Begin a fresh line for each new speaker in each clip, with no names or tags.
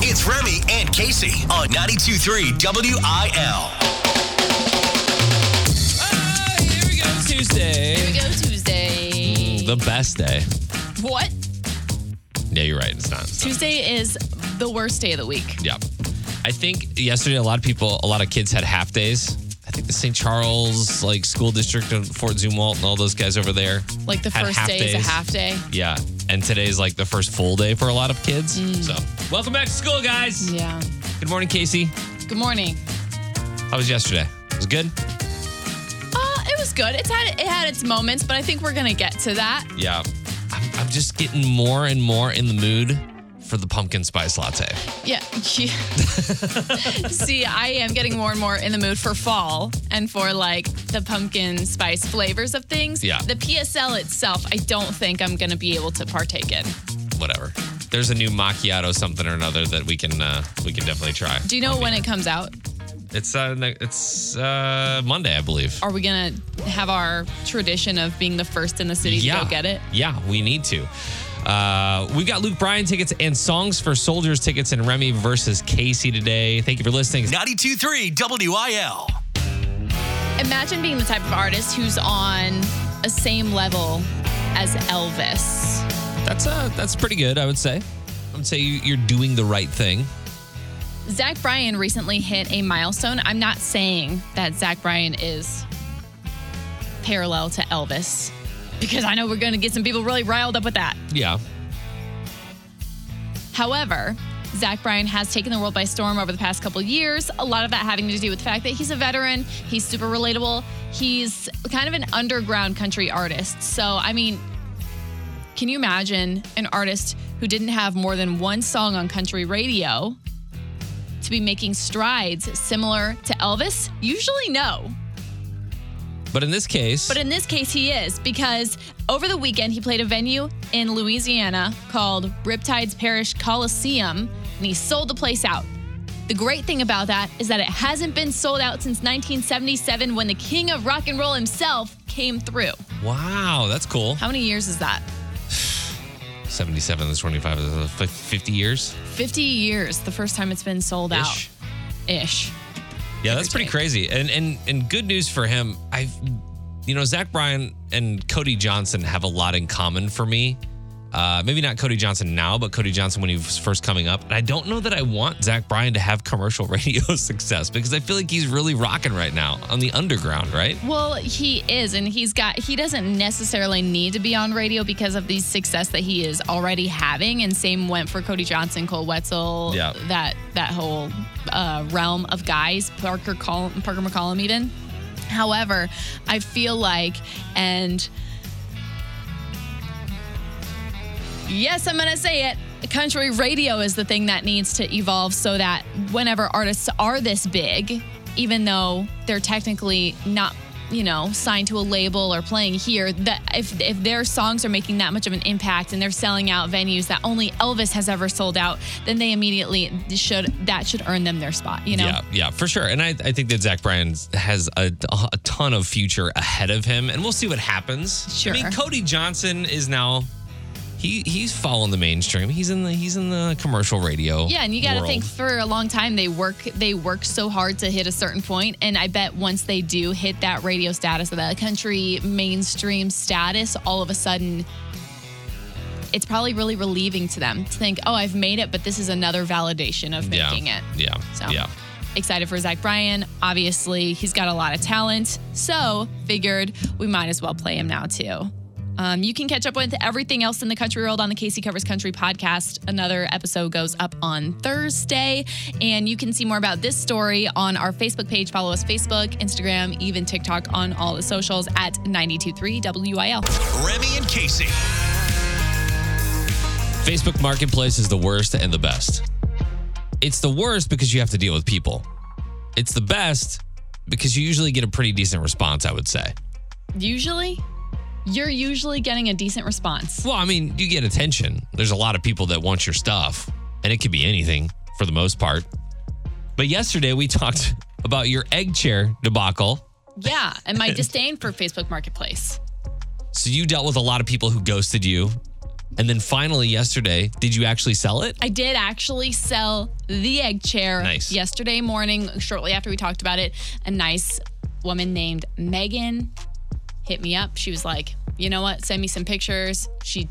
with Remy and Casey on 92.3 WIL.
Ah, here we go,
Here
Tuesday.
we go, Tuesday.
The best day.
what?
Yeah, you're right. It's not. It's not.
Tuesday is the worst day of the week.
Yeah. I think yesterday a lot of people, a lot of kids had half days. I think the St. Charles like school district of Fort Zumwalt and all those guys over there.
Like the
had
first
half
day is
days.
a half day.
Yeah. And today's like the first full day for a lot of kids. So welcome back to school, guys.
Mm. Yeah.
Good morning, Casey.
Good morning.
How was yesterday? It was good?
Uh, it was good. It's had it had its moments, but I think we're gonna get to that.
Yeah. I'm, I'm just getting more and more in the mood for the pumpkin spice latte.
Yeah. yeah. See, I am getting more and more in the mood for fall and for like the pumpkin spice flavors of things.
Yeah.
The PSL itself, I don't think I'm gonna be able to partake in.
Whatever. There's a new macchiato something or another that we can uh, we can definitely try.
Do you know when it comes out?
It's uh, ne- it's uh, Monday, I believe.
Are we gonna have our tradition of being the first in the city to go get it?
Yeah, we need to. Uh, we got Luke Bryan tickets and Songs for Soldiers tickets and Remy versus Casey today. Thank you for listening.
92.3 WIL.
Imagine being the type of artist who's on a same level as Elvis.
That's uh, that's pretty good, I would say. I would say you- you're doing the right thing.
Zach Bryan recently hit a milestone. I'm not saying that Zach Bryan is parallel to Elvis because I know we're going to get some people really riled up with that.
Yeah,
However, Zach Bryan has taken the world by storm over the past couple years. A lot of that having to do with the fact that he's a veteran, he's super relatable, he's kind of an underground country artist. So, I mean, can you imagine an artist who didn't have more than one song on country radio to be making strides similar to Elvis? Usually, no.
but in this case,
But in this case, he is because over the weekend he played a venue in Louisiana called Riptides Parish Coliseum and he sold the place out. The great thing about that is that it hasn't been sold out since 1977 when the king of rock and roll himself came through.
wow, that's cool.
How many years is that?
77 is 25 is uh, fif- 50 years
50 years, the first time it's been sold
ish.
out. Ish.
Yeah, that's pretty
take.
crazy. And and and good news for him. I've you know, Zach Bryan and Cody Johnson have a lot in common for me. Uh, maybe not Cody Johnson now, but Cody Johnson when he was first coming up. And I don't know that I want Zach Bryan to have commercial radio success because I feel like he's really rocking right now on the underground, right?
Well, he is, and he's got, he doesn't necessarily need to be on radio because of the success that he is already having. And same went for Cody Johnson, Cole Wetzel,
Yeah.
that, that whole uh, realm of guys, Parker, Col- Parker McCollum, even. However, I feel like, and yes, I'm going to say it. Country radio is the thing that needs to evolve so that whenever artists are this big, even though they're technically not, you know, signed to a label or playing here, that if if their songs are making that much of an impact and they're selling out venues that only Elvis has ever sold out, then they immediately should that should earn them their spot, you know.
Yeah, yeah, for sure. And I, I think that Zach Bryan has a, a ton of future ahead of him, and we'll see what happens.
Sure.
I mean, Cody Johnson is now he he's following the mainstream. He's in the he's in the commercial radio.
Yeah, and you got to
world.
think for a long time they work they work so hard to hit a certain point, and I bet once they do hit that radio status of that country mainstream status, all of a sudden. It's probably really relieving to them to think, oh, I've made it, but this is another validation of
yeah,
making it.
Yeah,
So
yeah.
excited for Zach Bryan. Obviously, he's got a lot of talent. So figured we might as well play him now too. Um, you can catch up with everything else in the country world on the Casey Covers Country podcast. Another episode goes up on Thursday. And you can see more about this story on our Facebook page. Follow us Facebook, Instagram, even TikTok on all the socials at 923 WIL.
Remy and Casey.
Facebook Marketplace is the worst and the best. It's the worst because you have to deal with people. It's the best because you usually get a pretty decent response, I would say.
Usually, you're usually getting a decent response.
Well, I mean, you get attention. There's a lot of people that want your stuff, and it could be anything for the most part. But yesterday we talked about your egg chair debacle.
Yeah. And my disdain for Facebook Marketplace.
So you dealt with a lot of people who ghosted you, And then finally, yesterday, did you actually sell it?
I did actually sell the egg chair
Nice.
yesterday morning, shortly after we talked about it. A nice woman named Megan hit me up. She was like, you know what? Send me some pictures. She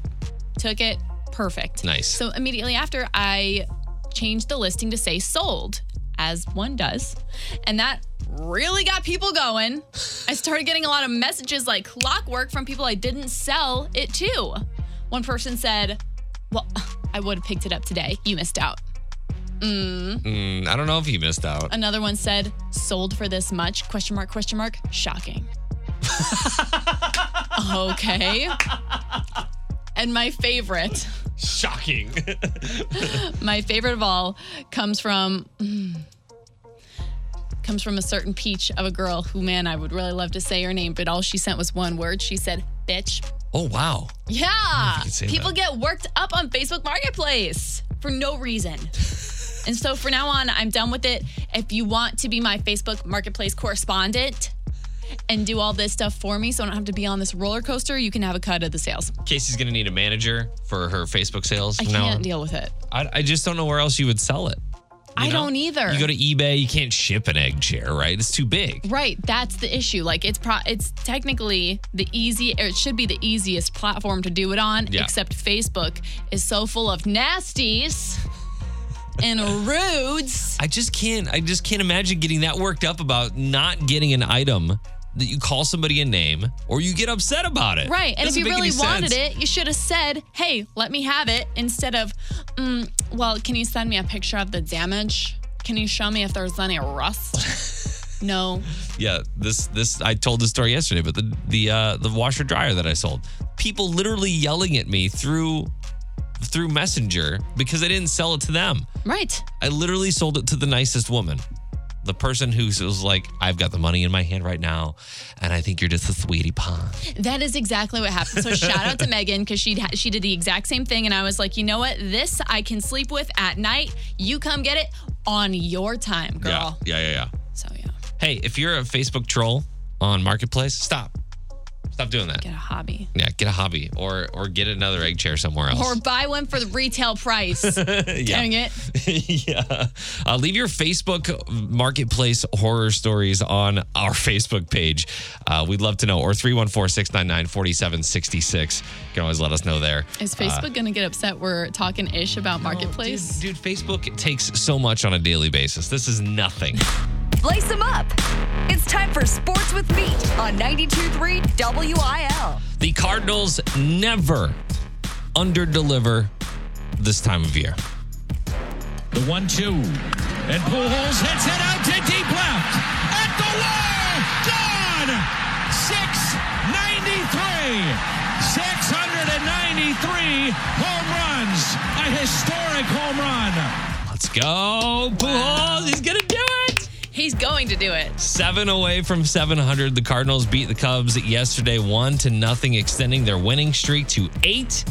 took it. Perfect.
Nice.
So immediately after, I changed the listing to say sold, as one does. And that really got people going. I started getting a lot of messages like clockwork from people I didn't sell it to. One person said, well, I would have picked it up today. You missed out.
Mm, I don't know if you missed out.
Another one said, sold for this much? Question mark, question mark. Shocking. okay. And my favorite,
Shocking.
my favorite of all comes from mm, comes from a certain peach of a girl who man I would really love to say her name but all she sent was one word she said bitch
oh, wow.
Yeah.
could say
People
that.
get worked up on Facebook Marketplace for no reason. and so for now on, I'm done with it. If you want to be my Facebook Marketplace correspondent and do all this stuff for me so I don't have to be on this roller coaster, you can have a cut of the sales.
Casey's going to need a manager for her Facebook sales.
I
from now
can't
on.
deal with it.
I, I just don't know where else you would sell it. you
I
know?
don't either.
You go to eBay, you can't ship an egg chair, right? It's too big.
Right, that's the issue. Like it's pro- it's technically the easy or it should be the easiest platform to do it on
Yeah.
except Facebook is so full of nasties and rudes.
I just can't. I just can't imagine getting that worked up about not getting an item that you call somebody a name or you get upset about it.
Right. And
Doesn't
if you
make
really
any
wanted
sense.
it, you should have said, hey, let me have it instead of, mm, well, can you send me a picture of the damage? Can you show me if there's any rust? no.
yeah, this this I told the story yesterday, but the the uh, the washer dryer that I sold, people literally yelling at me through through Messenger because I didn't sell it to them.
Right.
I literally sold it to the nicest woman. The person who was like, I've got the money in my hand right now, and I think you're just a sweetie pie.
That is exactly what happened. So shout out to Megan because she she did the exact same thing, and I was like, you know what? This I can sleep with at night. You come get it on your time, girl.
Yeah, yeah, yeah, yeah.
So yeah,
Hey, if you're a Facebook troll on Marketplace, stop. Stop doing that.
get a hobby
Yeah, get a hobby or or get another egg chair somewhere else.
or buy one for the retail price. Dang it.
yeah. Uh, leave your Facebook marketplace horror stories on our Facebook page. Uh, we'd love to know. Or 314 699 4766. You can always let us know there.
Is Facebook gonna get upset? We're talking ish about marketplace.
Uh. Dude, Facebook takes so much on a daily basis. This is nothing.
Lace them up. It's time for Sports with Meat on 92.3 WIL.
The Cardinals never underdeliver this time of year.
The one two. And Pujols hits it out to deep left. At the wall. Gone. 693. 693 home runs. A historic home run.
Let's go. Pujols, he's going to do it.
He's going to do it.
Seven away from 700. The Cardinals beat the Cubs yesterday, one to nothing, extending their winning streak to eight.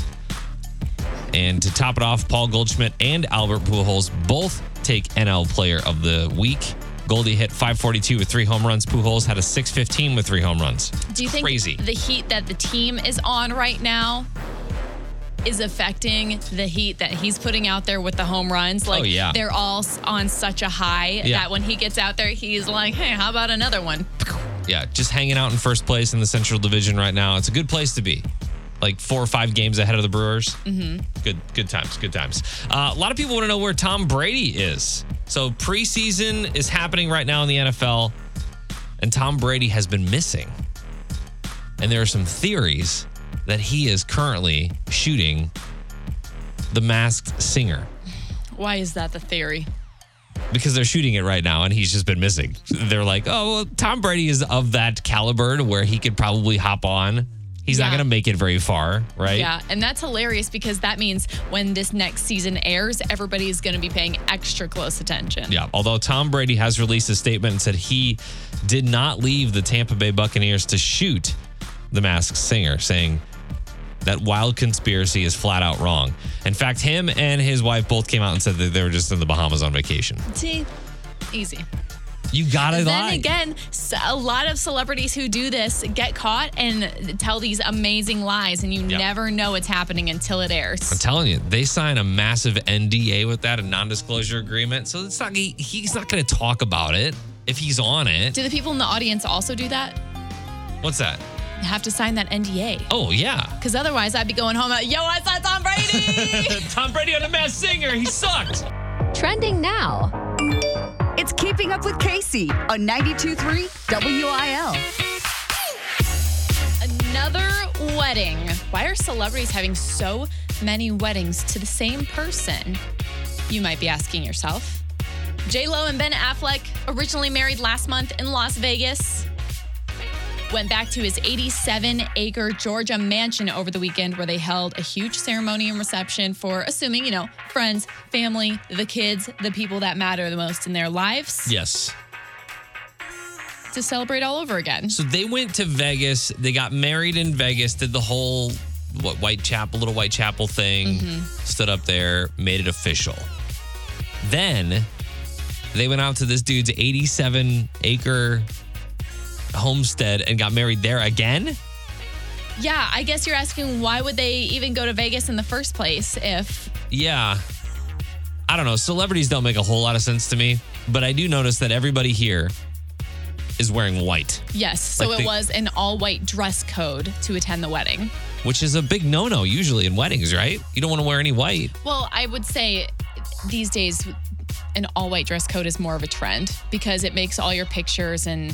And to top it off, Paul Goldschmidt and Albert Pujols both take NL Player of the Week. Goldie hit 542 with three home runs. Pujols had a 615 with three home runs.
Do you think
Crazy.
the heat that the team is on right now is affecting the heat that he's putting out there with the home runs? Like
Oh, yeah.
they're all s- on such a high
Yeah.
that when he gets out there, he's like, "Hey, how about another one?"
yeah, just hanging out in first place in the Central Division right now. It's a good place to be. Like four or five games ahead of the Brewers. Mm-hmm. Good, good times, good times. Uh, a lot of people want to know where Tom Brady is. So preseason is happening right now in the NFL, and Tom Brady has been missing. And there are some theories that he is currently shooting the Masked Singer
Why is that the theory?
because they're shooting it right now and he's just been missing. They're like, oh, well, Tom Brady is of that caliber to where he could probably hop on. He's not
Yeah.
going to make it very far, right?
Yeah, and that's hilarious because that means when this next season airs, everybody is going to be paying extra close attention.
Yeah. Although Tom Brady has released a statement and said he did not leave the Tampa Bay Buccaneers to shoot the masked singer, saying that wild conspiracy is flat out wrong. In fact, him and his wife both came out and said that they were just in the Bahamas on vacation.
See, easy.
You gotta
then
lie.
again, s- a lot of celebrities who do this get caught and tell these amazing lies, and you
Yeah.
never know what's happening until it airs.
I'm telling you, they sign a massive NDA with that, a non-disclosure agreement. So it's not he, he's not going to talk about it if he's on it.
Do the people in the audience also do that?
What's that?
Have to sign that NDA.
Oh yeah,
Because otherwise, I'd be going home at, yo, I saw Tom Brady.
Tom Brady on the Masked Singer. He sucked.
Trending now. It's Keeping Up with Casey on 92.3 WIL.
Another wedding. Why are celebrities having so many weddings to the same person? You might be asking yourself. J Lo and Ben Affleck originally married last month in Las Vegas. Went back to his 87 acre Georgia mansion over the weekend where they held a huge ceremony and reception for, assuming, you know, friends, family, the kids, the people that matter the most in their lives
Yes.
to celebrate all over again.
So they went to Vegas. They got married in Vegas. Did the whole what Whitechapel, little Whitechapel thing. Stood up there, made it official. Then they went out to this dude's 87 acre homestead and got married there again.
Yeah, I guess you're asking why would they even go to Vegas in the first place if
Yeah. I don't know. Celebrities don't make a whole lot of sense to me, but I do notice that everybody here is wearing white,
yes, so
Like
it
the-
was an all white dress code to attend the wedding.
which is a big no no usually in weddings, right? You don't want to wear any white.
Well, I would say these days an all white dress code is more of a trend because it makes all your pictures and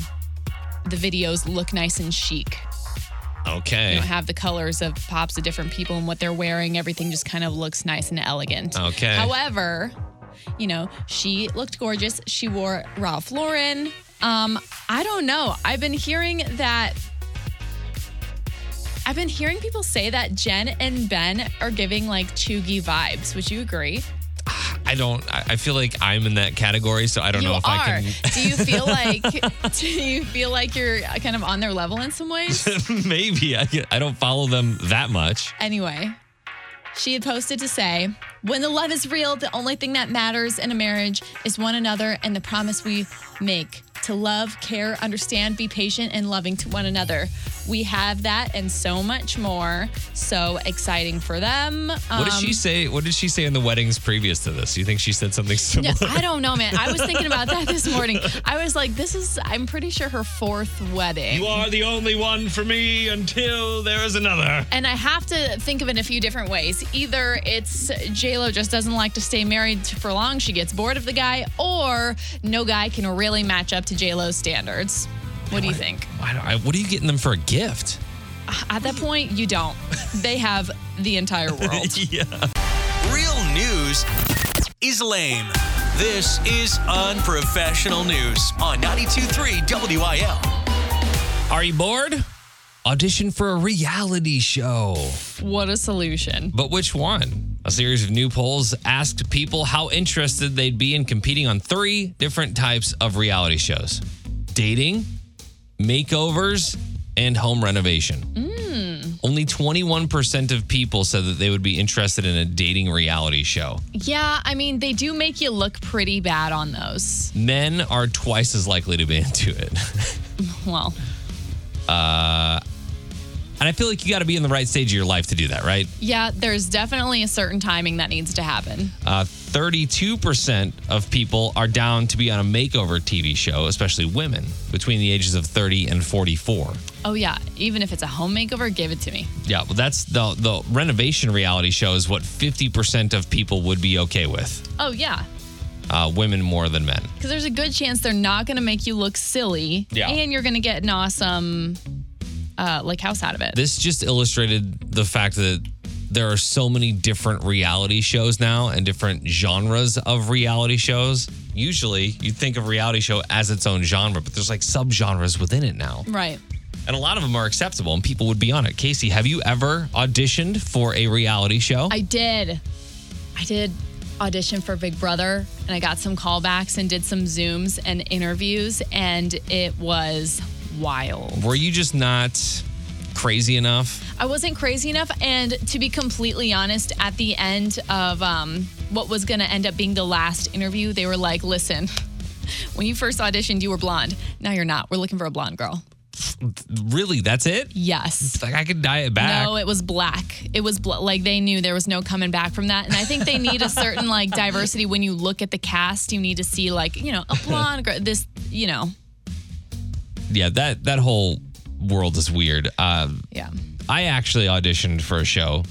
the videos look nice and chic.
Okay.
You don't have the colors of pops of different people and what they're wearing. Everything just kind of looks nice and elegant.
Okay.
However, you know, she looked gorgeous. She wore Ralph Lauren. Um, I don't know. I've been hearing that. I've been hearing people say that Jen and Ben are giving like chuggy vibes. Would you agree?
I don't, I I feel like I'm in that category, so I don't
you
know
are.
if I can.
Do you feel like do you feel like you're kind of on their level in some ways?
Maybe I, I don't follow them that much.
Anyway, she had posted to say, When the love is real, the only thing that matters in a marriage is one another and the promise we make to love, care, understand, be patient, and loving to one another. We have that and so much more. So exciting for them. Um,
What did she say? What did she say in the weddings previous to this? You think she said something similar?
I don't know, man. I was thinking about that this morning. I was like, this is, I'm pretty sure her fourth wedding.
are the only one for me until there is another.
And I have to think of it in a few different ways. Either it's JLo just doesn't like to stay married for long, she gets bored of the guy, or no guy can really match up to JLo's standards. What do you think?
I don't, I, what are you getting them for a gift?
At that point, you don't. They have the entire world.
Real news is lame. This is unprofessional news on 92.3 WIL.
Are you bored? Audition for a reality show.
what a solution.
But which one? A series of new polls asked people how interested they'd be in competing on three different types of reality shows dating, makeovers, and home renovation. Only 21% of people said that they would be interested in a dating reality show.
Yeah, I mean, they do make you look pretty bad on those.
Men are twice as likely to be into it.
Well,
And I feel like you got to be in the right stage of your life to do that, right?
yeah, there's definitely a certain timing that needs to happen.
Uh, 32% of people are down to be on a makeover TV show, especially women between the ages of 30 and 44.
Oh, yeah, even if it's a home makeover, give it to me.
Yeah, well, that's the the renovation reality show is what 50% of people would be okay with.
Oh, yeah.
Uh, women more than men.
Because there's a good chance they're not going to make you look silly.
Yeah.
And you're going to get an awesome, uh, like, house out of it.
This just illustrated the fact that there are so many different reality shows now and different genres of reality shows. Usually, you think of reality show as its own genre, but there's like subgenres within it now.
right.
And a lot of them are acceptable and people would be on it. Casey, have you ever auditioned for a reality show?
I did. I did audition for Big Brother and I got some callbacks and did some Zooms and interviews, and it was wild.
Were you just not crazy enough?
I wasn't crazy enough. And to be completely honest, at the end of um, what was going to end up being the last interview, they were like, listen, When you first auditioned, you were blonde. Now you're not. We're looking for a blonde girl.
Really, that's it?
Yes.
Like I could dye it back.
No, it was black. It was bl- like they knew there was no coming back from that. And I think they need a certain like diversity when you look at the cast. You need to see like, you know, a blonde girl, this, you know,
yeah, that that whole world is weird. Um,
yeah.
I actually auditioned for a show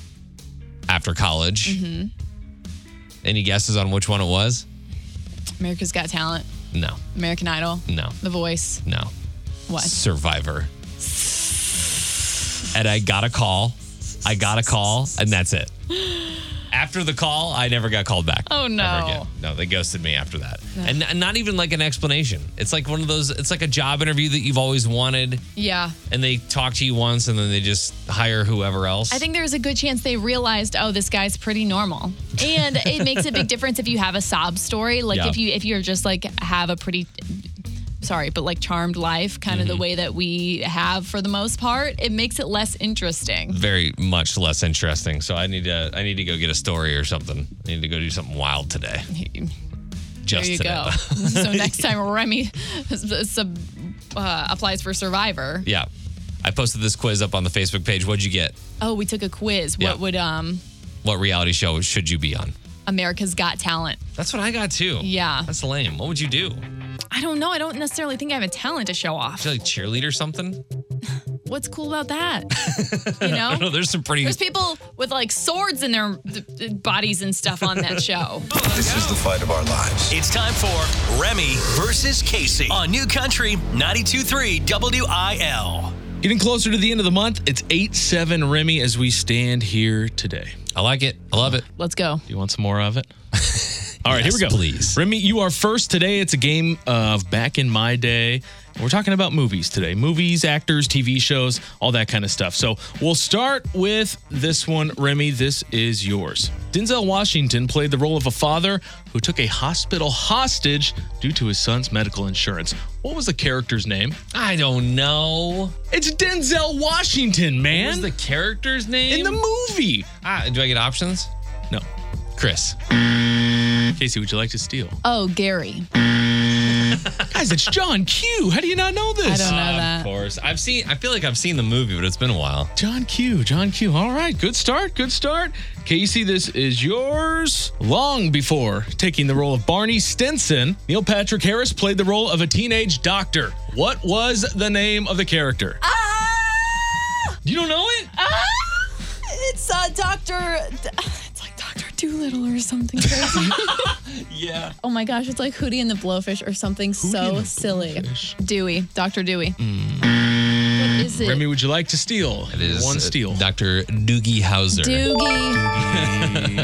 after college.
Mm-hmm.
Any guesses on which one it was?
America's Got Talent,
No,
American Idol,
no,
The Voice.
no.
What?
Survivor. And I got a call. I got a call, and that's it. After the call, I never got called back.
Oh, no.
Never again. No, they ghosted me after that. And, and not even like an explanation. It's like one of those, it's like a job interview that you've always wanted,
Yeah.
and they talk to you once, and then they just hire whoever else.
I think there's a good chance they realized, oh, this guy's pretty normal, and it makes a big difference if you have a sob story, like
Yeah.
if you if you're just like have a pretty, sorry, but like charmed life, kind of
Mm-hmm.
the way that we have for the most part. It makes it less interesting.
very much less interesting. So I need to I need to go get a story or something. I need to go do something wild today. Just
There you
today.
go. so next time Remy sub, uh, applies for Survivor,
yeah. I posted this quiz up on the Facebook page. What'd you get?
oh, we took a quiz.
Yeah.
What would um
What reality show should you be on?
America's Got Talent?
That's what I got too.
Yeah.
That's lame. What would you do?
I don't know. I don't necessarily think I have a talent to show off.
Be like cheerleader something?
What's cool about that? You know.
No, there's some pretty
There's people with like swords in their th- th- bodies and stuff on that show.
This is the fight of our lives.
It's time for Remy versus Casey on New Country 92.3 WIL.
Getting closer to the end of the month, it's 8 7 Remy as we stand here today.
I like it. I love it.
Let's go.
Do you want some more of it? All right,
Yes,
here we go.
please.
Remy, you are first today. It's a game of Back in My Day. We're talking about movies today movies, actors, TV shows, all that kind of stuff. So we'll start with this one, Remy. This is yours. Denzel Washington played the role of a father who took a hospital hostage due to his son's medical insurance. What was the character's name?
I don't know.
It's Denzel Washington, man.
What's the character's name?
in the movie.
ah, do I get options?
No.
Chris.
Casey, would you like to steal?
Oh, Gary.
Guys, it's John Q. How do you not know this?
I don't know
Of
that.
course. I've seen I feel like I've seen the movie, but it's been a while.
John Q. John Q. All right. Good start. Good start. Casey, this is yours. Long before taking the role of Barney Stinson, Neil Patrick Harris played the role of a teenage doctor. What was the name of the character? You don't know it?
Ah! It's uh, Doctor. It's like Doctor Doolittle or something crazy.
Yeah.
oh my gosh, it's like Hootie and the Blowfish or something
and
so
the Hmm.
silly. Dewey, Doctor Dewey. What is it?
Remy, would you like to steal? It
Is,
one
uh,
steal.
Dr. Doogie Hauser.
Doogie.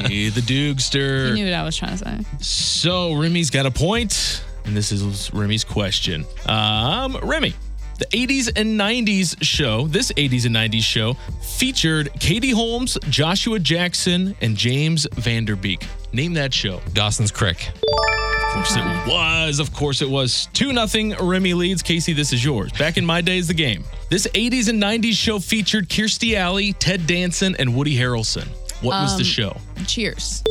Hey, the Dugster.
You knew what I was trying to say.
So Remy's got a point, and this is Remy's question. Um, Remy, the 80s and 90s show, this 80s and 90s show featured Katie Holmes, Joshua Jackson, and James Vanderbeek. Name that show.
Dawson's Creek.
Of course it was. Of course it was. 2 nothing. Remy leads. Casey, this is yours. Back in my days, the game. This 80s and 90s show featured Kirstie Alley, Ted Danson, and Woody Harrelson. What was the show?
Cheers.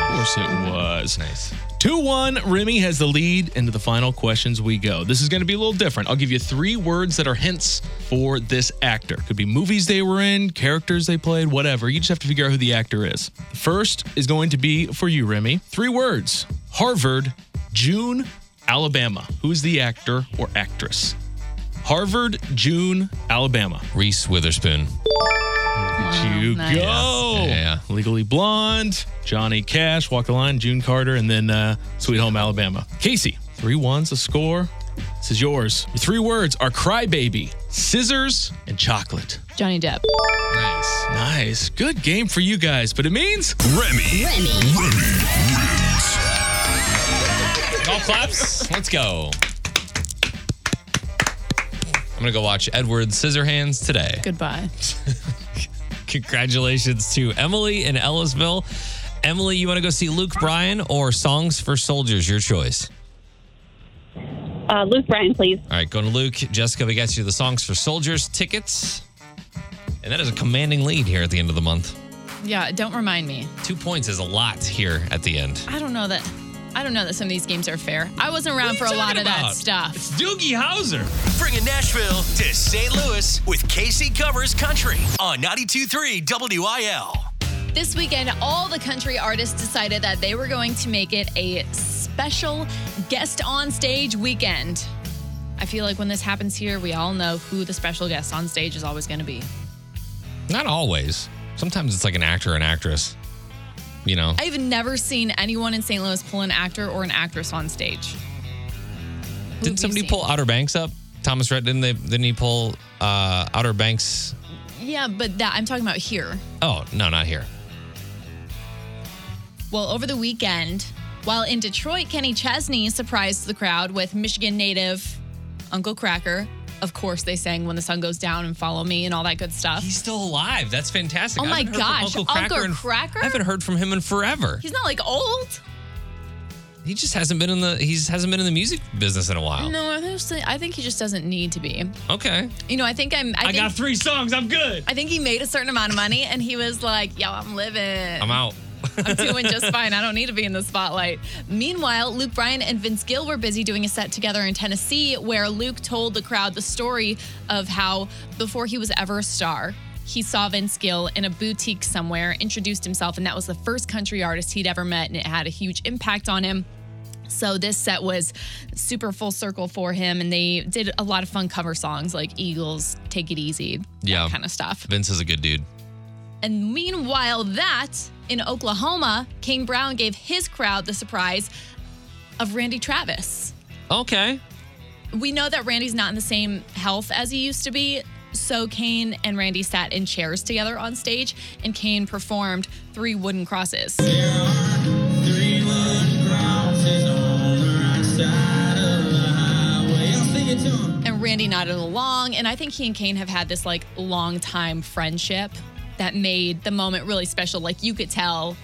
Of course it was.
Nice.
2 1. Remy has the lead into the final questions we go. This is going to be a little different. I'll give you three words that are hints for this actor. Could be movies they were in, characters they played, whatever. You just have to figure out who the actor is. First is going to be for you, Remy. Three words Harvard, June, Alabama. Who's the actor or actress? Harvard, June, Alabama.
Reese Witherspoon.
You
nice.
go.
Yeah.
Legally Blonde, Johnny Cash, Walk the Line, June Carter, and then uh, Sweet Home Alabama. Casey, three ones, a score. This is yours. Your three words are crybaby, scissors, and chocolate.
Johnny Depp.
Nice.
Nice. Good game for you guys, but it means
Remy.
All claps. Let's go. I'm gonna go watch Edward Scissorhands today.
Goodbye.
Congratulations to Emily in Ellisville. Emily, you want to go see Luke Bryan or Songs for Soldiers? Your choice.
Uh, Luke Bryan, please.
All right, going to Luke. Jessica, we got you the Songs for Soldiers tickets. And that is a commanding lead here at the end of the month.
Yeah, don't remind me.
Two points is a lot here at the end.
I don't know that. I don't know that some of these games are fair. I wasn't around for a lot of that stuff.
It's Doogie Howser.
Bringing Nashville to St. Louis with Casey Covers Country on 92.3 WIL.
This weekend, all the country artists decided that they were going to make it a special guest on stage weekend. I feel like when this happens here, we all know who the special guest on stage is always going to be.
Not always. Sometimes it's like an actor or an actress. You know,
I've never seen anyone in St. Louis pull an actor or an actress on stage. Who have you
didn't somebody
seen?
pull Outer Banks up? Thomas Rhett didn't they? Didn't he pull uh, Outer Banks?
Yeah, but that I'm talking about here.
Oh no, not here.
Well, over the weekend, while in Detroit, Kenny Chesney surprised the crowd with Michigan native Uncle Cracker. Of course, they sang When the Sun Goes Down and Follow Me and all that good stuff.
He's still alive. That's fantastic.
Oh
I
my
haven't heard from
gosh, Uncle
in-
Cracker?
I haven't heard from him in forever.
He's not like old.
he just hasn't been in the he just hasn't been in the music business in a while.
No, I think, I think he just doesn't need to be.
Okay.
You know, I think I'm. I,
I
think,
got three songs. I'm good.
I think he made a certain amount of money, and he was like, "Yo, I'm living.
I'm out.
I'm doing just fine. I don't need to be in the spotlight. Meanwhile, Luke Bryan and Vince Gill were busy doing a set together in Tennessee where Luke told the crowd the story of how before he was ever a star, he saw Vince Gill in a boutique somewhere, introduced himself, and that was the first country artist he'd ever met, and it had a huge impact on him. So this set was super full circle for him, and they did a lot of fun cover songs like Eagles, Take It Easy,
Yeah.
that kind of stuff.
Vince is a good dude.
And meanwhile, that in Oklahoma, Kane Brown gave his crowd the surprise of Randy Travis.
Okay.
We know that Randy's not in the same health as he used to be. So Kane and Randy sat in chairs together on stage, and Kane performed three wooden crosses. And Randy nodded along, and I think he and Kane have had this like long time friendship that made the moment really special. Like you could tell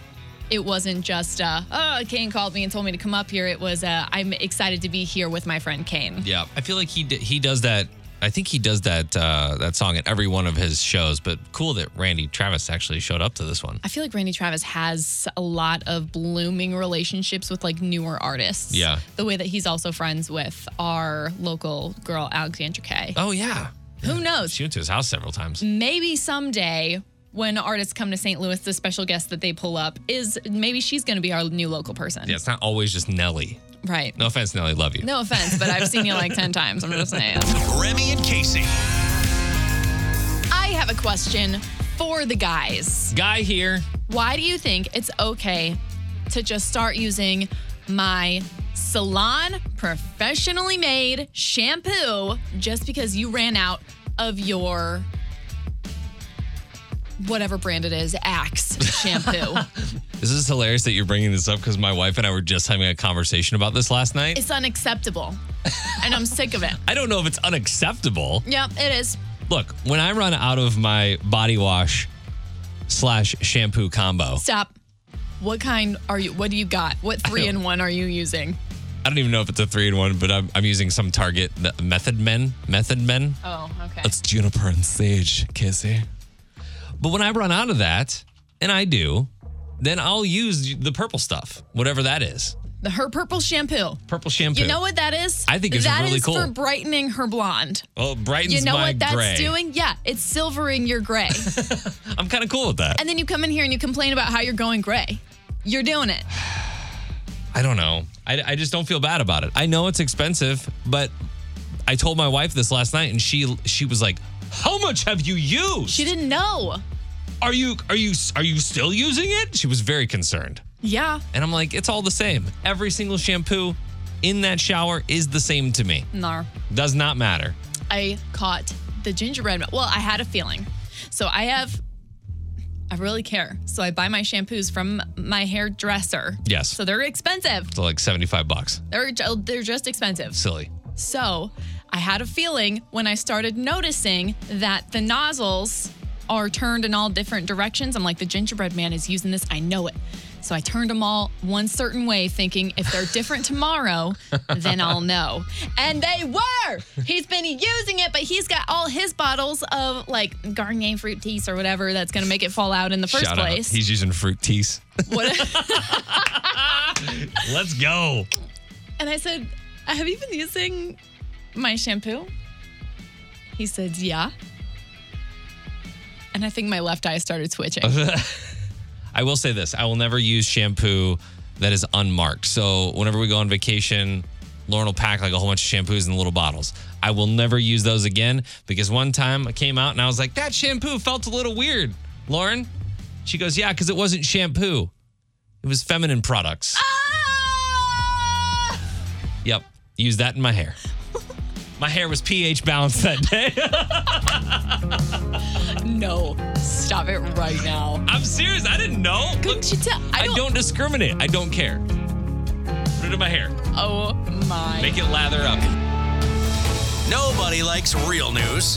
it wasn't just uh oh Kane called me and told me to come up here. It was uh I'm excited to be here with my friend Kane.
Yeah. I feel like he d- he does that. I think he does that uh, that song at every one of his shows. But cool that Randy Travis actually showed up to this one.
I feel like Randy Travis has a lot of blooming relationships with like newer artists.
Yeah.
The way that he's also friends with our local girl Alexandra Kay.
Oh yeah. Mm.
Who knows?
She went to his house several times.
maybe someday when artists come to St. Louis, the special guest that they pull up is maybe she's going to be our new local person.
Yeah, it's not always just Nelly.
Right.
No offense, Nelly. Love you.
No offense, but I've seen you like 10 times. I'm just saying.
Remy and Casey.
I have a question for the guys.
Guy here.
Why do you think it's okay to just start using my salon professionally made shampoo just because you ran out of your whatever brand it is, Axe shampoo?
This is hilarious that you're bringing this up because my wife and I were just having a conversation about this last night.
It's unacceptable. and I'm sick of it.
I don't know if it's unacceptable.
Yep, it is.
Look, when I run out of my body wash slash shampoo combo,
Stop. What kind are you? What do you got? What three in one are you using?
I don't even know if it's a three in one, but I'm, I'm using some Target the Method Men. Method Men.
Oh, okay.
That's juniper and sage, Kissy. But when I run out of that, and I do, then I'll use the purple stuff, whatever that is.
The her purple shampoo.
Purple shampoo.
You know what that is?
I think it's
That
really
is
cool.
for brightening her blonde.
Well, Oh, it brightens
You know
my
what that's
gray.
doing? Yeah, it's silvering your gray.
I'm kind of cool with that.
and then you come in here and you complain about how you're going gray. You're doing it.
I don't know. I, I just don't feel bad about it. I know it's expensive, but I told my wife this last night, and she she was like, "How much have you used?
She didn't know.
are you are you are you still using it?" She was very concerned,
Yeah,
and I'm like, "It's all the same. Every single shampoo in that shower is the same to me.
no.
Does not matter."
I caught the gingerbread. Well, I had a feeling. So I have, I really care. So I buy my shampoos from my hairdresser.
Yes.
So they're expensive.
So like 75 bucks.
They're, they're just expensive.
Silly.
So I had a feeling when I started noticing that the nozzles are turned in all different directions. I'm like, the gingerbread man is using this. I know it. So I turned them all one certain way, thinking if they're different tomorrow, then I'll know. And they were. He's been using it, but he's got all his bottles of like Garnier fruit teas or whatever that's going to make it fall out in the first
Shout
place.
out. He's using fruit teas.
What-
Let's go.
And I said, Have you been using my shampoo? He said, Yeah. And I think my left eye started twitching.
I will say this I will never use shampoo that is unmarked. So, whenever we go on vacation, Lauren will pack like a whole bunch of shampoos in little bottles. I will never use those again because one time I came out and I was like, that shampoo felt a little weird. Lauren, she goes, yeah, because it wasn't shampoo, it was feminine products.
Ah!
Yep. Use that in my hair. my hair was pH balanced that day.
No, stop it right now.
I'm serious. I didn't know. Look,
Couldn't you tell?
I don't, discriminate. I don't care. Put it in my hair.
Oh my.
Make it lather up.
Nobody likes real news.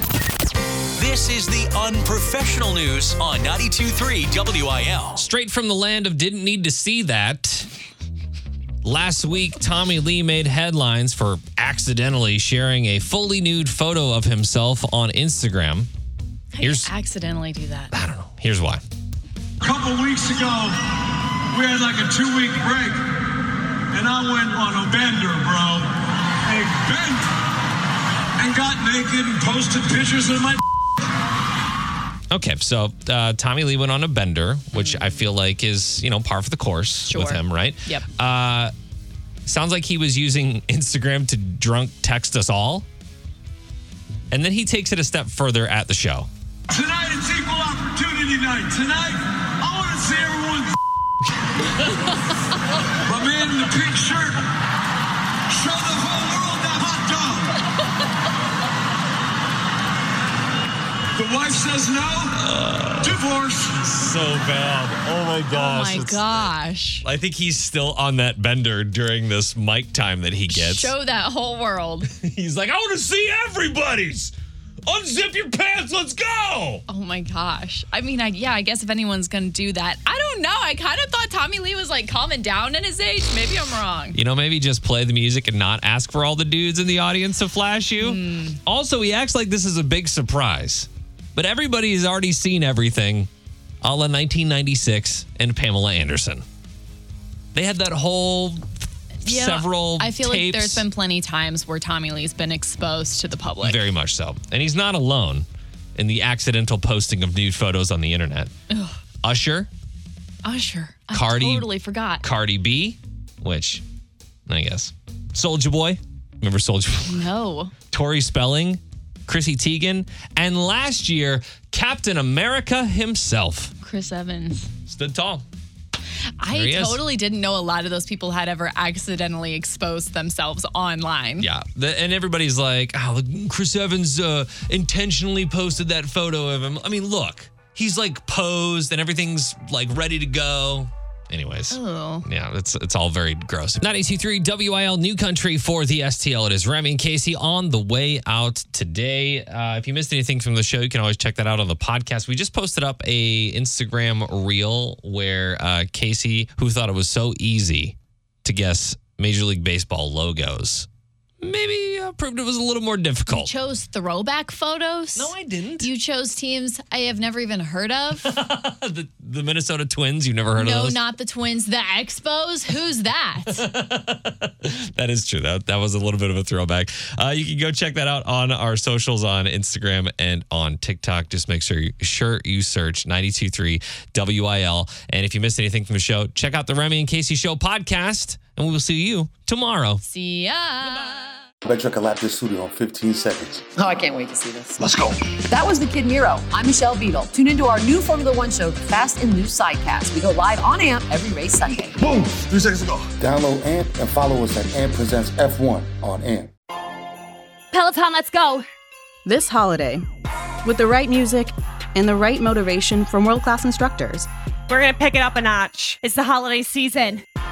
This is the unprofessional news on 92.3 WIL.
Straight from the land of didn't need to see that. Last week, Tommy Lee made headlines for accidentally sharing a fully nude photo of himself on Instagram. Here's
accidentally do that.
I don't know. Here's why.
couple weeks ago, we had like a two week break, and I went on a bender, bro. A bent. And got naked and posted pictures of my.
Okay, so uh, Tommy Lee went on a bender, which I feel like is you know par for the course with
Sure.
him, right?
Yep.
Uh, sounds like he was using Instagram to drunk text us all, and then he takes it a step further at the show.
Tonight it's equal opportunity night. Tonight, I want to see everyone. my man in the pink shirt. Show the whole world that hot dog. The wife says no. Divorce.
So bad. Oh my
Oh my gosh.
I think he's still on that bender during this mic time that he gets.
Show that whole world.
He's like, I want to see everybody's. Unzip your pants. Let's go.
Oh my gosh. I mean, I, yeah, I guess if anyone's going to do that, I don't know. I kind of thought Tommy Lee was like calming down in his age. Maybe I'm wrong.
You know, maybe just play the music and not ask for all the dudes in the audience to flash you.
Hmm.
Also, he acts like this is a big surprise, but everybody has already seen everything a la 1996 and Pamela Anderson. They had that whole several
I feel like
tapes.
there's been plenty times where Tommy Lee's been exposed to the public.
Very much so. And he's not alone in the accidental posting of nude photos on the internet. Usher,
Usher. I
Cardi-
totally forgot.
Cardi B, which I guess, Soldier Boy. Remember Soldier Boy?
no.
Tori Spelling, Chrissy Teigen, and last year, Captain America himself
Chris Evans.
stood tall. There he
I
is.
totally didn't know a lot of those people had ever accidentally exposed themselves online.
Yeah. The- and everybody's like, oh, Chris Evans uh, intentionally posted that photo of him. I mean, look, he's like posed and everything's like ready to go. Anyways.
Oh.
Yeah, it's it's all very gross. 983 WIL New Country for the STL. It is Remy and Casey on the way out today. Uh, if you missed anything from the show, you can always check that out on the podcast. We just posted up a Instagram reel where uh, Casey, who thought it was so easy to guess Major League Baseball logos, maybe uh, proved it was a little more
You
difficult.
chose throwback photos.
No, I didn't.
You chose teams I have never even heard of.
the, the Minnesota Twins, you've never heard of
no,
those?
not the twins. The Expos. Who's that?
That is true. That that was a little bit of a throwback. Uh, you can go check that out on our socials on Instagram and on TikTok. Just make sure you, sure you search 923 WIL. And if you missed anything from the show, check out the Remy and Casey Show podcast. And we will see you tomorrow.
See ya.
Electra collapsed this studio in 15 seconds.
Oh, I can't wait to see this.
Let's go.
That was the Kid Nero. I'm Michelle Beadle. Tune into our new Formula One show, the Fast and Loose Sidecast. We go live on AMP every race Sunday.
Boom. Three seconds ago.
Download AMP and follow us at AMP Presents F1 on AMP.
Peloton, let's go.
This holiday, with the right music and the right motivation from world class instructors,
We're going to pick it up a notch. It's the holiday season.